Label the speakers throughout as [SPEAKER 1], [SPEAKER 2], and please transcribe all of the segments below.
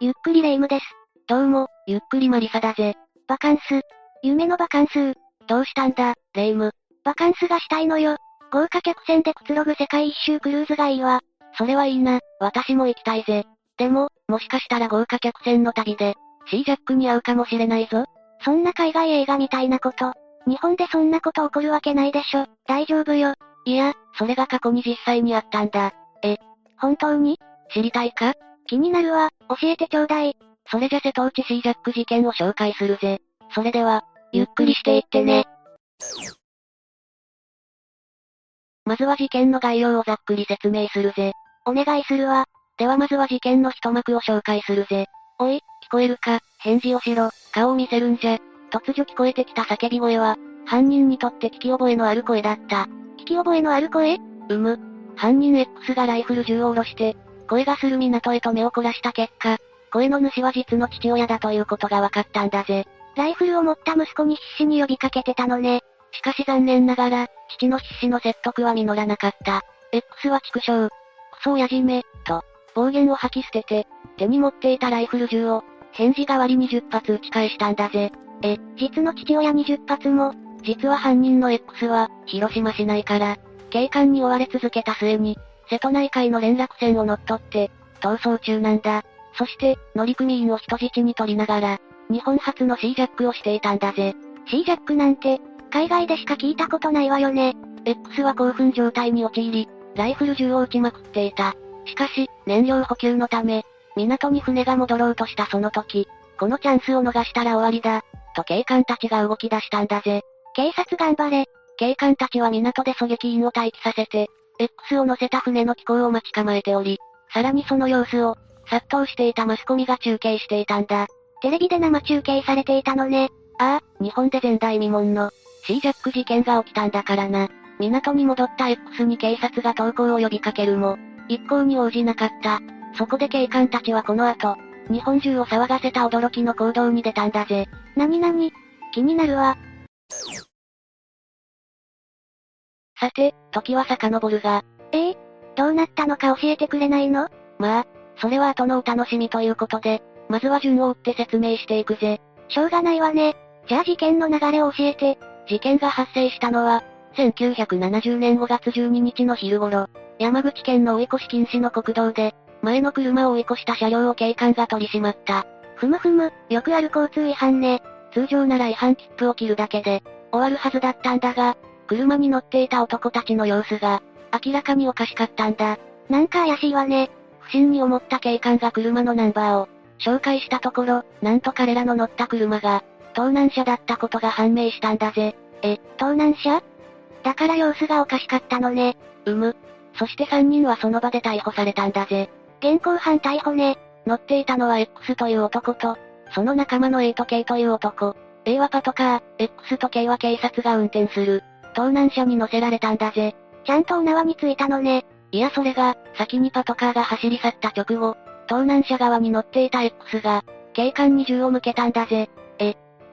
[SPEAKER 1] ゆっくりレ夢ムです。
[SPEAKER 2] どうも、ゆっくりマリサだぜ。
[SPEAKER 1] バカンス。夢のバカンスー。
[SPEAKER 2] どうしたんだ、レ夢ム。
[SPEAKER 1] バカンスがしたいのよ。豪華客船でくつろぐ世界一周クルーズがいいわ。
[SPEAKER 2] それはいいな、私も行きたいぜ。でも、もしかしたら豪華客船の旅で、シージャックに会うかもしれないぞ。
[SPEAKER 1] そんな海外映画みたいなこと。日本でそんなこと起こるわけないでしょ。大丈夫よ。
[SPEAKER 2] いや、それが過去に実際にあったんだ。
[SPEAKER 1] 本当に
[SPEAKER 2] 知りたいか
[SPEAKER 1] 気になるわ。教えてちょうだい。
[SPEAKER 2] それじゃ瀬戸内シージャック事件を紹介するぜ。それでは、ゆっくりしていってね。まずは事件の概要をざっくり説明するぜ。
[SPEAKER 1] お願いするわ。
[SPEAKER 2] ではまずは事件の一幕を紹介するぜ。おい、聞こえるか返事をしろ、顔を見せるんじゃ。突如聞こえてきた叫び声は、犯人にとって聞き覚えのある声だった。
[SPEAKER 1] 聞き覚えのある声
[SPEAKER 2] うむ。犯人 X がライフル銃を下ろして、声がする港へと目を凝らした結果、声の主は実の父親だということが分かったんだぜ。
[SPEAKER 1] ライフルを持った息子に必死に呼びかけてたのね。
[SPEAKER 2] しかし残念ながら、父の必死の説得は実らなかった。X は畜生、クソ親父め、と、暴言を吐き捨てて、手に持っていたライフル銃を、返事代わりに10発撃ち返したんだぜ。
[SPEAKER 1] 実の父親20発も、
[SPEAKER 2] 実は犯人の X は、広島市内から、警官に追われ続けた末に、瀬戸内海の連絡船を乗っ取って、逃走中なんだ。そして、乗組員を人質に取りながら、日本初のシージャックをしていたんだぜ。
[SPEAKER 1] シージャックなんて、海外でしか聞いたことないわよね。
[SPEAKER 2] X は興奮状態に陥り、ライフル銃を撃ちまくっていた。しかし、燃料補給のため、港に船が戻ろうとしたその時、このチャンスを逃したら終わりだ、と警官たちが動き出したんだぜ。
[SPEAKER 1] 警察頑張れ。
[SPEAKER 2] 警官たちは港で狙撃員を待機させて、X を乗せた船の寄港を待ち構えており、さらにその様子を、殺到していたマスコミが中継していたんだ。
[SPEAKER 1] テレビで生中継されていたのね。
[SPEAKER 2] ああ、日本で前代未聞の、シージャック事件が起きたんだからな。港に戻った X に警察が投降を呼びかけるも、一向に応じなかった。そこで警官たちはこの後、日本中を騒がせた驚きの行動に出たんだぜ。
[SPEAKER 1] なになに気になるわ。
[SPEAKER 2] さて、時は遡るが、
[SPEAKER 1] ええどうなったのか教えてくれないの
[SPEAKER 2] まあ、それは後のお楽しみということで、まずは順を追って説明していくぜ。
[SPEAKER 1] しょうがないわね。じゃあ事件の流れを教えて。
[SPEAKER 2] 事件が発生したのは、1970年5月12日の昼頃、山口県の追い越し禁止の国道で、前の車を追い越した車両を警官が取り締まった。
[SPEAKER 1] ふむふむ、よくある交通違反ね。
[SPEAKER 2] 通常なら違反切符を切るだけで、終わるはずだったんだが、車に乗っていた男たちの様子が、明らかにおかしかったんだ。
[SPEAKER 1] なんか怪しいわね。
[SPEAKER 2] 不審に思った警官が車のナンバーを、紹介したところ、なんと彼らの乗った車が、盗難車だったことが判明したんだぜ。
[SPEAKER 1] 盗難車だから様子がおかしかったのね。
[SPEAKER 2] うむ。そして3人はその場で逮捕されたんだぜ。
[SPEAKER 1] 現行犯逮捕ね。
[SPEAKER 2] 乗っていたのは X という男と、その仲間の A と K という男。A はパトカー、X と K は警察が運転する。盗難車に乗せられたんだぜ。
[SPEAKER 1] ちゃんとお縄についたのね。
[SPEAKER 2] いやそれが、先にパトカーが走り去った直後、盗難車側に乗っていた X が、警官に銃を向けたんだぜ。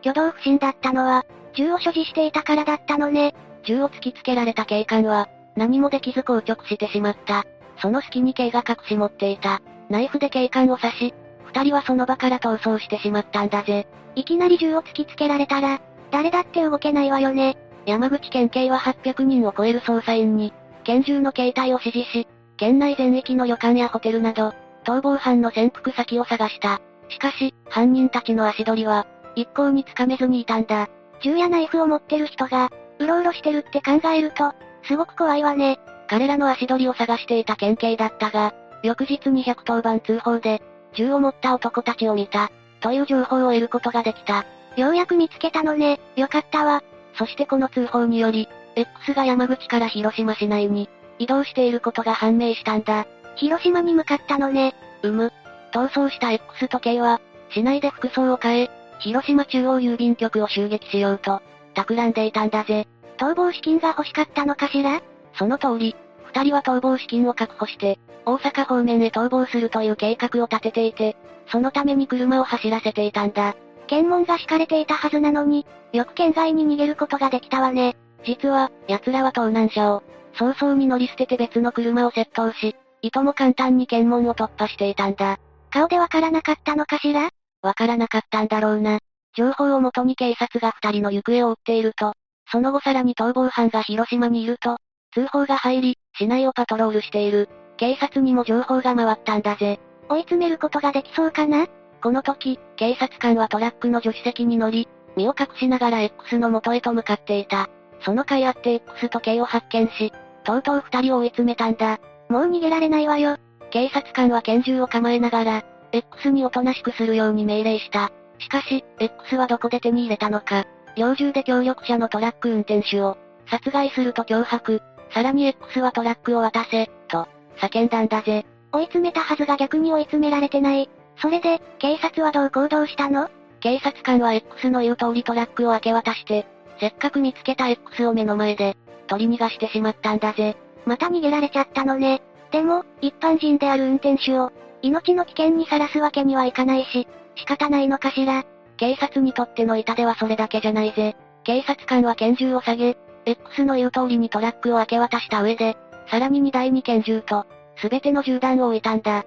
[SPEAKER 1] 挙動不審だったのは、銃を所持していたからだったのね。
[SPEAKER 2] 銃を突きつけられた警官は、何もできず硬直してしまった。その隙に K が隠し持っていた、ナイフで警官を刺し、二人はその場から逃走してしまったんだぜ。
[SPEAKER 1] いきなり銃を突きつけられたら、誰だって動けないわよね。
[SPEAKER 2] 山口県警は800人を超える捜査員に、拳銃の携帯を指示し、県内全域の旅館やホテルなど、逃亡犯の潜伏先を探した。しかし、犯人たちの足取りは、一向につかめずにいたんだ。
[SPEAKER 1] 銃やナイフを持ってる人が、うろうろしてるって考えると、すごく怖いわね。
[SPEAKER 2] 彼らの足取りを探していた県警だったが、翌日に110番通報で、銃を持った男たちを見た、という情報を得ることができた。
[SPEAKER 1] ようやく見つけたのね。よかったわ。
[SPEAKER 2] そしてこの通報により、X が山口から広島市内に移動していることが判明したんだ。
[SPEAKER 1] 広島に向かったのね。
[SPEAKER 2] うむ。逃走した X と K は、市内で服装を変え、広島中央郵便局を襲撃しようと、企んでいたんだぜ。
[SPEAKER 1] 逃亡資金が欲しかったのかしら
[SPEAKER 2] その通り、二人は逃亡資金を確保して、大阪方面へ逃亡するという計画を立てていて、そのために車を走らせていたんだ。
[SPEAKER 1] 検問が敷かれていたはずなのに、よく県外に逃げることができたわね。
[SPEAKER 2] 実は、奴らは盗難車を、早々に乗り捨てて別の車を窃盗し、いとも簡単に検問を突破していたんだ。
[SPEAKER 1] 顔でわからなかったのかしら
[SPEAKER 2] わからなかったんだろうな。情報をもとに警察が二人の行方を追っていると、その後さらに逃亡犯が広島にいると、通報が入り、市内をパトロールしている。警察にも情報が回ったんだぜ。
[SPEAKER 1] 追い詰めることができそうかな
[SPEAKER 2] この時、警察官はトラックの助手席に乗り、身を隠しながら X の元へと向かっていた。その甲斐あって X と K を発見し、とうとう二人を追い詰めたんだ。
[SPEAKER 1] もう逃げられないわよ。
[SPEAKER 2] 警察官は拳銃を構えながら、X におとなしくするように命令した。しかし、X はどこで手に入れたのか。猟銃で協力者のトラック運転手を、殺害すると脅迫。さらに X はトラックを渡せ、と、叫んだんだぜ。
[SPEAKER 1] 追い詰めたはずが逆に追い詰められてない。それで、警察はどう行動したの
[SPEAKER 2] 警察官は X の言う通りトラックを明け渡して、せっかく見つけた X を目の前で、取り逃がしてしまったんだぜ。
[SPEAKER 1] また逃げられちゃったのね。でも、一般人である運転手を、命の危険にさらすわけにはいかないし、仕方ないのかしら。
[SPEAKER 2] 警察にとっての痛手はそれだけじゃないぜ。警察官は拳銃を下げ、X の言う通りにトラックを明け渡した上で、さらに荷台に拳銃と、すべての銃弾を置いたんだ。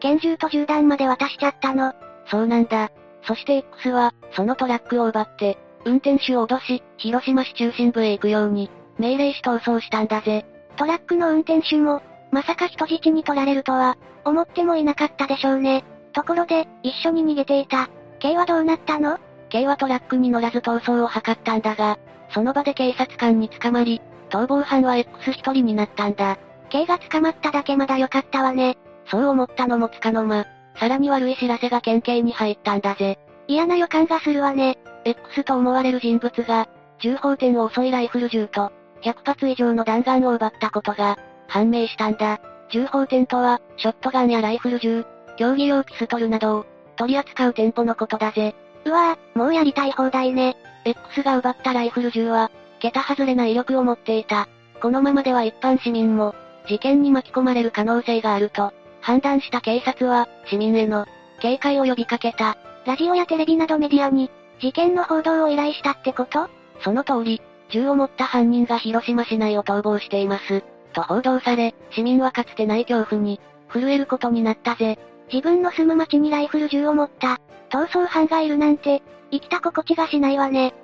[SPEAKER 1] 拳銃と銃弾まで渡しちゃったの。
[SPEAKER 2] そうなんだ。そして X は、そのトラックを奪って、運転手を脅し、広島市中心部へ行くように、命令し逃走したんだぜ。
[SPEAKER 1] トラックの運転手も、まさか人質に取られるとは、思ってもいなかったでしょうね。ところで、一緒に逃げていた。K はどうなったの
[SPEAKER 2] K はトラックに乗らず逃走を図ったんだが、その場で警察官に捕まり、逃亡犯は X 一人になったんだ。
[SPEAKER 1] K が捕まっただけまだ良かったわね。
[SPEAKER 2] そう思ったのもつかの間、さらに悪い知らせが県警に入ったんだぜ。
[SPEAKER 1] 嫌な予感がするわね。
[SPEAKER 2] X と思われる人物が、銃砲店を襲いライフル銃と、100発以上の弾丸を奪ったことが、判明したんだ。銃砲店とは、ショットガンやライフル銃、競技用ピストルなどを、取り扱う店舗のことだぜ。
[SPEAKER 1] うわぁ、もうやりたい放題ね。
[SPEAKER 2] X が奪ったライフル銃は、桁外れな威力を持っていた。このままでは一般市民も、事件に巻き込まれる可能性があると、判断した警察は、市民への、警戒を呼びかけた。
[SPEAKER 1] ラジオやテレビなどメディアに、事件の報道を依頼したってこと
[SPEAKER 2] その通り、銃を持った犯人が広島市内を逃亡しています。と報道され、市民はかつてない恐怖に、震えることになったぜ。
[SPEAKER 1] 自分の住む町にライフル銃を持った、逃走犯がいるなんて、生きた心地がしないわね。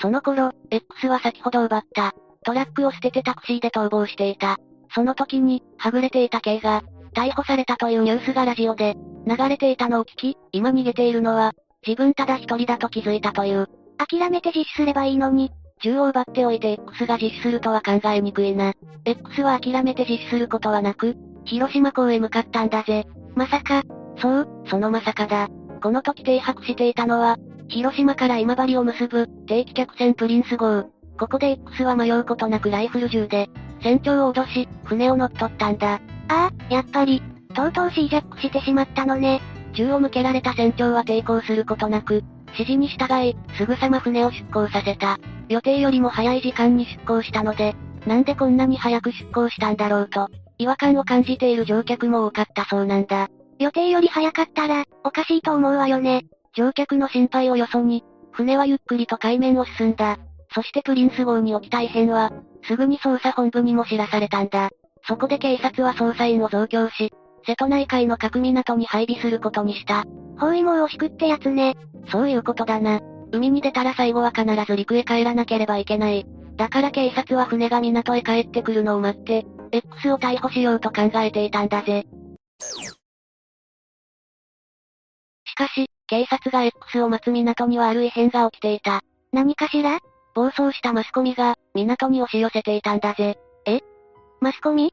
[SPEAKER 2] その頃、X は先ほど奪った、トラックを捨ててタクシーで逃亡していた。その時に、はぐれていた K が、逮捕されたというニュースがラジオで、流れていたのを聞き、今逃げているのは、自分ただ一人だと気づいたという。
[SPEAKER 1] 諦めて実施すればいいのに、
[SPEAKER 2] 銃を奪っておいて X が実施するとは考えにくいな。X は諦めて実施することはなく、広島港へ向かったんだぜ。まさか、そう、そのまさかだ。この時停泊していたのは、広島から今治を結ぶ、定期客船プリンス号。ここで X は迷うことなくライフル銃で、船長を脅し、船を乗っ取ったんだ。
[SPEAKER 1] ああ、やっぱり、とうとうシージャックしてしまったのね。
[SPEAKER 2] 銃を向けられた船長は抵抗することなく、指示に従い、すぐさま船を出港させた。予定よりも早い時間に出港したので、なんでこんなに早く出港したんだろうと、違和感を感じている乗客も多かったそうなんだ。
[SPEAKER 1] 予定より早かったら、おかしいと思うわよね。
[SPEAKER 2] 乗客の心配をよそに、船はゆっくりと海面を進んだ。そしてプリンス号に起きた異変は、すぐに捜査本部にも知らされたんだ。そこで警察は捜査員を増強し、瀬戸内海の各港に配備することにした。
[SPEAKER 1] 包囲網を敷くってやつね。
[SPEAKER 2] そういうことだな。海に出たら最後は必ず陸へ帰らなければいけない。だから警察は船が港へ帰ってくるのを待って、X を逮捕しようと考えていたんだぜ。しかし、警察が X を待つ港にはある異変が起きていた。
[SPEAKER 1] 何かしら
[SPEAKER 2] 暴走したマスコミが、港に押し寄せていたんだぜ。
[SPEAKER 1] マスコミ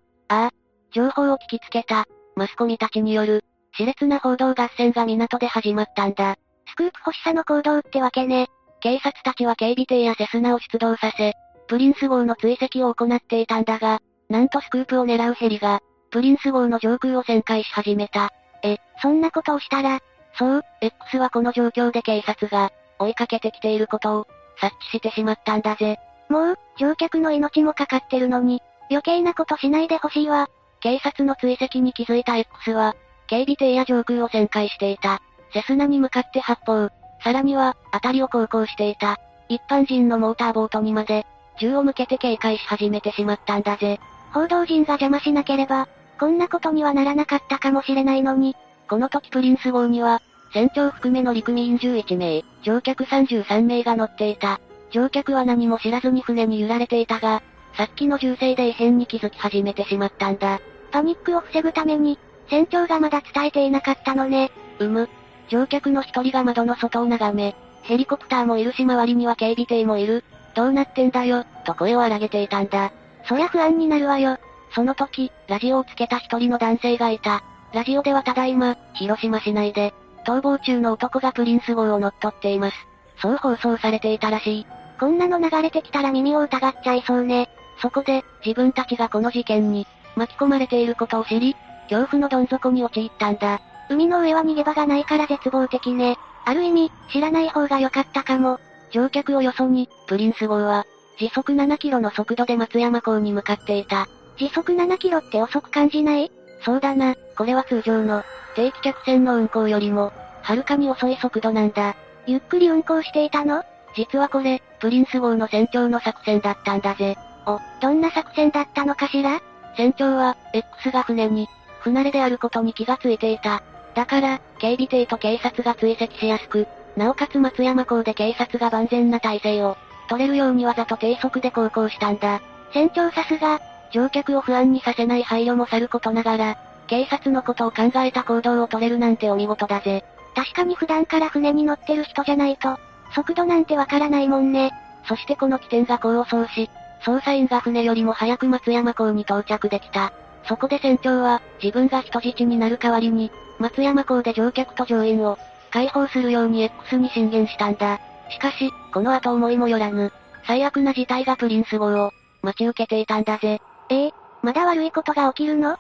[SPEAKER 2] 情報を聞きつけた、マスコミたちによる、熾烈な報道合戦が港で始まったんだ。
[SPEAKER 1] スクープ欲しさの行動ってわけね。
[SPEAKER 2] 警察たちは警備艇やセスナを出動させ、プリンス号の追跡を行っていたんだが、なんとスクープを狙うヘリが、プリンス号の上空を旋回し始めた。
[SPEAKER 1] そんなことをしたら、
[SPEAKER 2] そう、X はこの状況で警察が、追いかけてきていることを、察知してしまったんだぜ。
[SPEAKER 1] もう、乗客の命もかかってるのに、余計なことしないでほしいわ。
[SPEAKER 2] 警察の追跡に気づいた X は、警備艇や上空を旋回していた。セスナに向かって発砲。さらには、辺りを航行していた。一般人のモーターボートにまで、銃を向けて警戒し始めてしまったんだぜ。
[SPEAKER 1] 報道陣が邪魔しなければ、こんなことにはならなかったかもしれないのに、
[SPEAKER 2] この時プリンス号には、船長含めの陸民11名、乗客33名が乗っていた。乗客は何も知らずに船に揺られていたが、さっきの銃声で異変に気づき始めてしまったんだ。
[SPEAKER 1] パニックを防ぐために、船長がまだ伝えていなかったのね。
[SPEAKER 2] うむ。乗客の一人が窓の外を眺め、ヘリコプターもいるし周りには警備艇もいる。どうなってんだよ、と声を荒げていたんだ。
[SPEAKER 1] そりゃ不安になるわよ。
[SPEAKER 2] その時、ラジオをつけた一人の男性がいた。ラジオではただいま、広島市内で、逃亡中の男がプリンス号を乗っ取っています。そう放送されていたらしい。
[SPEAKER 1] こんなの流れてきたら耳を疑っちゃいそうね。
[SPEAKER 2] そこで、自分たちがこの事件に、巻き込まれていることを知り、恐怖のどん底に陥ったんだ。
[SPEAKER 1] 海の上は逃げ場がないから絶望的ね。ある意味、知らない方が良かったかも。
[SPEAKER 2] 乗客をよそに、プリンス号は、時速7キロの速度で松山港に向かっていた。
[SPEAKER 1] 時速7キロって遅く感じない
[SPEAKER 2] そうだな、これは通常の、定期客船の運航よりも、はるかに遅い速度なんだ。
[SPEAKER 1] ゆっくり運航していたの
[SPEAKER 2] 実はこれ、プリンス号の船長の作戦だったんだぜ。
[SPEAKER 1] お、どんな作戦だったのかしら
[SPEAKER 2] 船長は、X が船に、不慣れであることに気がついていた。だから、警備艇と警察が追跡しやすく、なおかつ松山港で警察が万全な体制を、取れるようにわざと低速で航行したんだ。
[SPEAKER 1] 船長さすが、
[SPEAKER 2] 乗客を不安にさせない配慮もさることながら、警察のことを考えた行動を取れるなんてお見事だぜ。
[SPEAKER 1] 確かに普段から船に乗ってる人じゃないと、速度なんてわからないもんね。
[SPEAKER 2] そしてこの起点が功を奏し、捜査員が船よりも早く松山港に到着できた。そこで船長は、自分が人質になる代わりに、松山港で乗客と乗員を、解放するように X に進言したんだ。しかし、この後思いもよらぬ、最悪な事態がプリンス号を、待ち受けていたんだぜ。
[SPEAKER 1] ええー、まだ悪いことが起きるの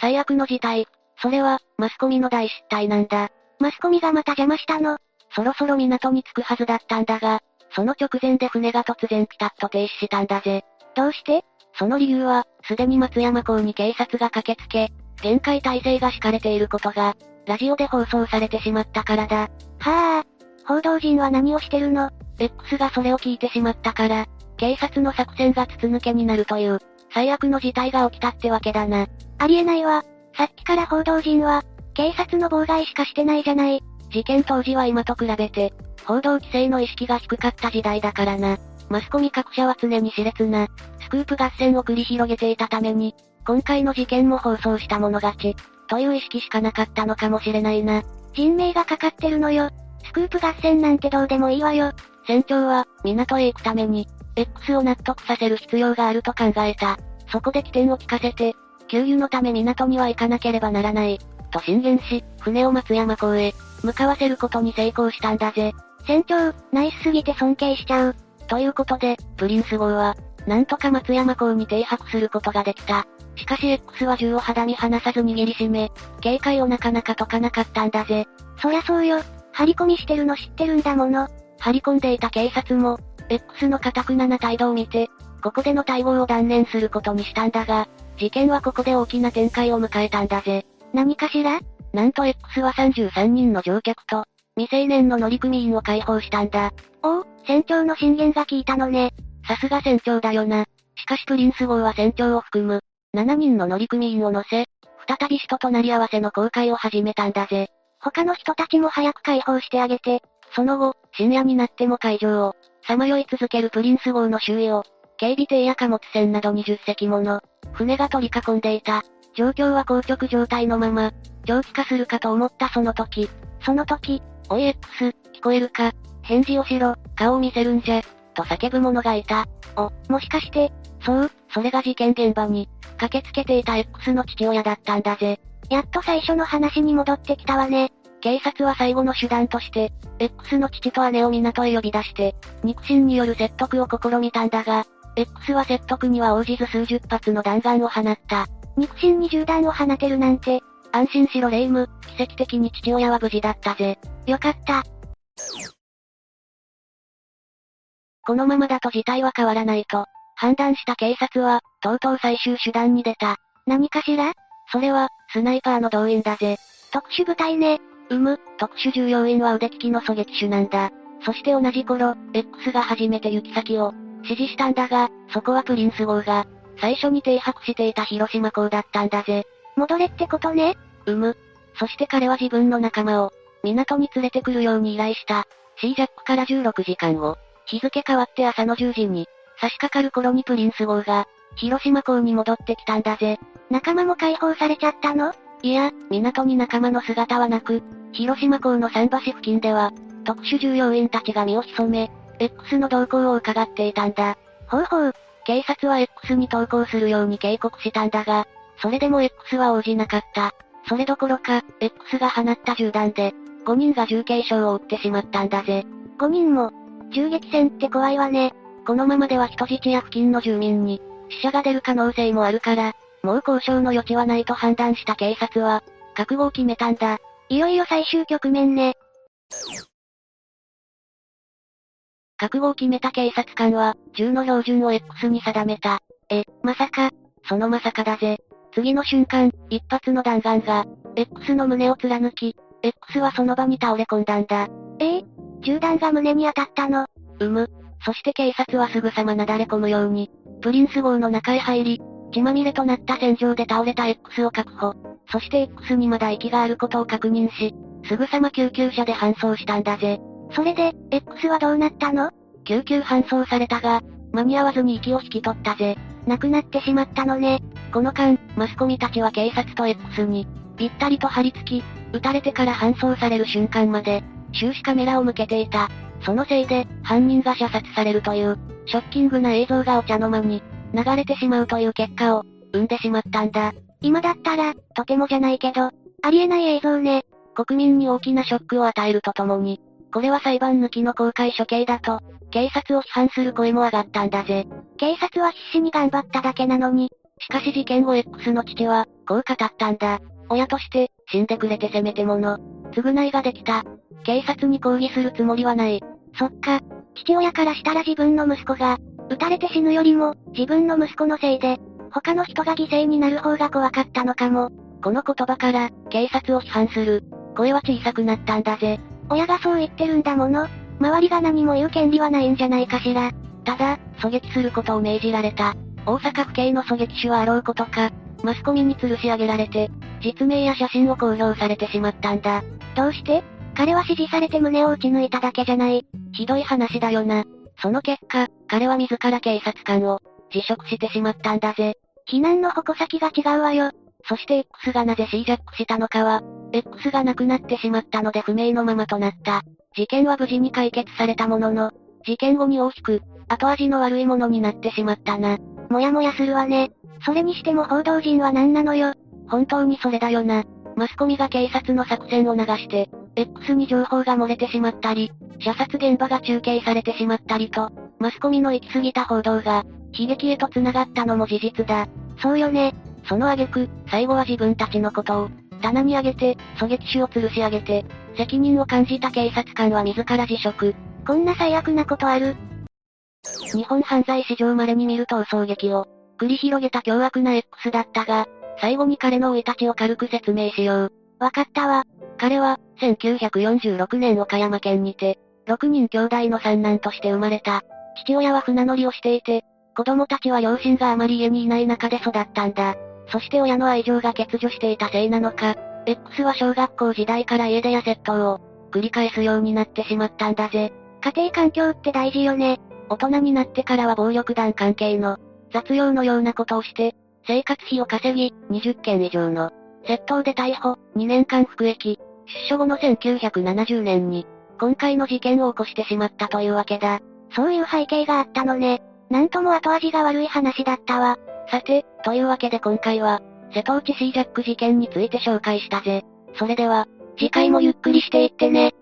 [SPEAKER 2] 最悪の事態。それは、マスコミの大失態なんだ。
[SPEAKER 1] マスコミがまた邪魔したの。
[SPEAKER 2] そろそろ港に着くはずだったんだが、その直前で船が突然ピタッと停止したんだぜ。
[SPEAKER 1] どうして
[SPEAKER 2] その理由は、すでに松山港に警察が駆けつけ、限界体制が敷かれていることが、ラジオで放送されてしまったからだ。
[SPEAKER 1] はあ、報道陣は何をしてるの
[SPEAKER 2] ?X がそれを聞いてしまったから、警察の作戦が筒抜けになるという、最悪の事態が起きたってわけだな。
[SPEAKER 1] ありえないわ。さっきから報道陣は、警察の妨害しかしてないじゃない。
[SPEAKER 2] 事件当時は今と比べて、報道規制の意識が低かった時代だからな。マスコミ各社は常に熾烈な、スクープ合戦を繰り広げていたために、今回の事件も放送した者勝ち、という意識しかなかったのかもしれないな。
[SPEAKER 1] 人命がかかってるのよ。スクープ合戦なんてどうでもいいわよ。
[SPEAKER 2] 船長は、港へ行くために、X を納得させる必要があると考えた。そこで起点を聞かせて、給油のため港には行かなければならない、と進言し、船を松山港へ、向かわせることに成功したんだぜ。
[SPEAKER 1] 船長、ナイスすぎて尊敬しちゃう。
[SPEAKER 2] ということで、プリンス号は、なんとか松山港に停泊することができた。しかし X は銃を肌身離さず握りしめ、警戒をなかなか解かなかったんだぜ。
[SPEAKER 1] そりゃそうよ。張り込みしてるの知ってるんだもの。
[SPEAKER 2] 張り込んでいた警察も、X の堅くなな態度を見て、ここでの対応を断念することにしたんだが、事件はここで大きな展開を迎えたんだぜ。
[SPEAKER 1] 何かしら
[SPEAKER 2] なんと X は33人の乗客と、未成年の乗組員を解放したんだ。
[SPEAKER 1] おお、船長の進言が効いたのね。
[SPEAKER 2] さすが船長だよな。しかしプリンス号は船長を含む、7人の乗組員を乗せ、再び人となり合わせの公開を始めたんだぜ。
[SPEAKER 1] 他の人たちも早く解放してあげて、
[SPEAKER 2] その後、深夜になっても海上を、さまよい続けるプリンス号の周囲を、警備艇や貨物船など20隻もの、船が取り囲んでいた。状況は硬直状態のまま、長期化するかと思ったその時、
[SPEAKER 1] その時、
[SPEAKER 2] おい X、聞こえるか返事をしろ、顔を見せるんじゃ、と叫ぶ者がいた。
[SPEAKER 1] お、もしかして、
[SPEAKER 2] そう、それが事件現場に、駆けつけていた X の父親だったんだぜ。
[SPEAKER 1] やっと最初の話に戻ってきたわね。
[SPEAKER 2] 警察は最後の手段として、X の父と姉を港へ呼び出して、肉親による説得を試みたんだが、X は説得には応じず数十発の弾丸を放った。
[SPEAKER 1] 肉親に銃弾を放てるなんて、
[SPEAKER 2] 安心しろレイム、奇跡的に父親は無事だったぜ。
[SPEAKER 1] よかった。
[SPEAKER 2] このままだと事態は変わらないと、判断した警察は、とうとう最終手段に出た。
[SPEAKER 1] 何かしら
[SPEAKER 2] それは、スナイパーの動員だぜ。
[SPEAKER 1] 特殊部隊ね。
[SPEAKER 2] うむ、特殊従業員は腕利きの狙撃手なんだ。そして同じ頃、X が初めて行き先を、指示したんだが、そこはプリンス号が、最初に停泊していた広島港だったんだぜ。
[SPEAKER 1] 戻れってことね。
[SPEAKER 2] うむ。そして彼は自分の仲間を、港に連れてくるように依頼した。C ジャックから16時間後、日付変わって朝の10時に、差し掛かる頃にプリンス号が、広島港に戻ってきたんだぜ。
[SPEAKER 1] 仲間も解放されちゃったの
[SPEAKER 2] いや、港に仲間の姿はなく、広島港の桟橋付近では、特殊従業員たちが身を潜め、X の動向を伺っていたんだ。
[SPEAKER 1] ほうほう。
[SPEAKER 2] 警察は X に投稿するように警告したんだが、それでも X は応じなかった。それどころか、X が放った銃弾で、5人が重軽傷を負ってしまったんだぜ。
[SPEAKER 1] 5人も。銃撃戦って怖いわね。
[SPEAKER 2] このままでは人質や付近の住民に、死者が出る可能性もあるから、もう交渉の余地はないと判断した警察は、覚悟を決めたんだ。
[SPEAKER 1] いよいよ最終局面ね。
[SPEAKER 2] 覚悟を決めた警察官は、銃の標準を X に定めた。え、まさか、そのまさかだぜ。次の瞬間、一発の弾丸が、X の胸を貫き、X はその場に倒れ込んだんだ。
[SPEAKER 1] ええ銃弾が胸に当たったの。
[SPEAKER 2] うむ。そして警察はすぐさまなだれ込むように、プリンス号の中へ入り、血まみれとなった戦場で倒れた X を確保。そして X にまだ息があることを確認し、すぐさま救急車で搬送したんだぜ。
[SPEAKER 1] それで、X はどうなったの
[SPEAKER 2] 救急搬送されたが、間に合わずに息を引き取ったぜ。
[SPEAKER 1] 亡くなってしまったのね。
[SPEAKER 2] この間、マスコミたちは警察と X に、ぴったりと張り付き、撃たれてから搬送される瞬間まで、終始カメラを向けていた。そのせいで、犯人が射殺されるという、ショッキングな映像がお茶の間に、流れてしまうという結果を、生んでしまったんだ。
[SPEAKER 1] 今だったら、とてもじゃないけど、ありえない映像ね。
[SPEAKER 2] 国民に大きなショックを与えるとともに、これは裁判抜きの公開処刑だと、警察を批判する声も上がったんだぜ。
[SPEAKER 1] 警察は必死に頑張っただけなのに、
[SPEAKER 2] しかし事件後 X の父は、こう語ったんだ。親として、死んでくれてせめてもの。償いができた。警察に抗議するつもりはない。
[SPEAKER 1] そっか。父親からしたら自分の息子が、撃たれて死ぬよりも、自分の息子のせいで、他の人が犠牲になる方が怖かったのかも。
[SPEAKER 2] この言葉から、警察を批判する。声は小さくなったんだぜ。
[SPEAKER 1] 親がそう言ってるんだもの。周りが何も言う権利はないんじゃないかしら。
[SPEAKER 2] ただ、狙撃することを命じられた。大阪府警の狙撃手はあろうことか、マスコミに吊るし上げられて、実名や写真を公表されてしまったんだ。
[SPEAKER 1] どうして彼は指示されて胸を撃ち抜いただけじゃない。
[SPEAKER 2] ひどい話だよな。その結果、彼は自ら警察官を辞職してしまったんだぜ。
[SPEAKER 1] 避難の矛先が違うわよ。
[SPEAKER 2] そして X がなぜ C ジャックしたのかは、X が亡くなってしまったので不明のままとなった。事件は無事に解決されたものの、事件後に大きく、後味の悪いものになってしまったな。
[SPEAKER 1] もやもやするわね。それにしても報道陣は何なのよ。
[SPEAKER 2] 本当にそれだよな。マスコミが警察の作戦を流して、X に情報が漏れてしまったり、射殺現場が中継されてしまったりと、マスコミの行き過ぎた報道が、悲劇へと繋がったのも事実だ。
[SPEAKER 1] そうよね。
[SPEAKER 2] その挙句、最後は自分たちのことを、棚に上げて、狙撃手を吊るし上げて、責任を感じた警察官は自ら辞職。
[SPEAKER 1] こんな最悪なことある。
[SPEAKER 2] 日本犯罪史上稀に見ると襲撃を、繰り広げた凶悪な X だったが、最後に彼の生い立ちを軽く説明しよう。
[SPEAKER 1] わかったわ。
[SPEAKER 2] 彼は、1946年岡山県にて、6人兄弟の三男として生まれた。父親は船乗りをしていて、子供たちは両親があまり家にいない中で育ったんだ。そして親の愛情が欠如していたせいなのか、X は小学校時代から家出や窃盗を繰り返すようになってしまったんだぜ。
[SPEAKER 1] 家庭環境って大事よね。
[SPEAKER 2] 大人になってからは暴力団関係の雑用のようなことをして、生活費を稼ぎ、20件以上の窃盗で逮捕、2年間服役、出所後の1970年に、今回の事件を起こしてしまったというわけだ。
[SPEAKER 1] そういう背景があったのね。なんとも後味が悪い話だったわ。
[SPEAKER 2] さて、というわけで今回は、瀬戸内シージャック事件について紹介したぜ。それでは、次回もゆっくりしていってね。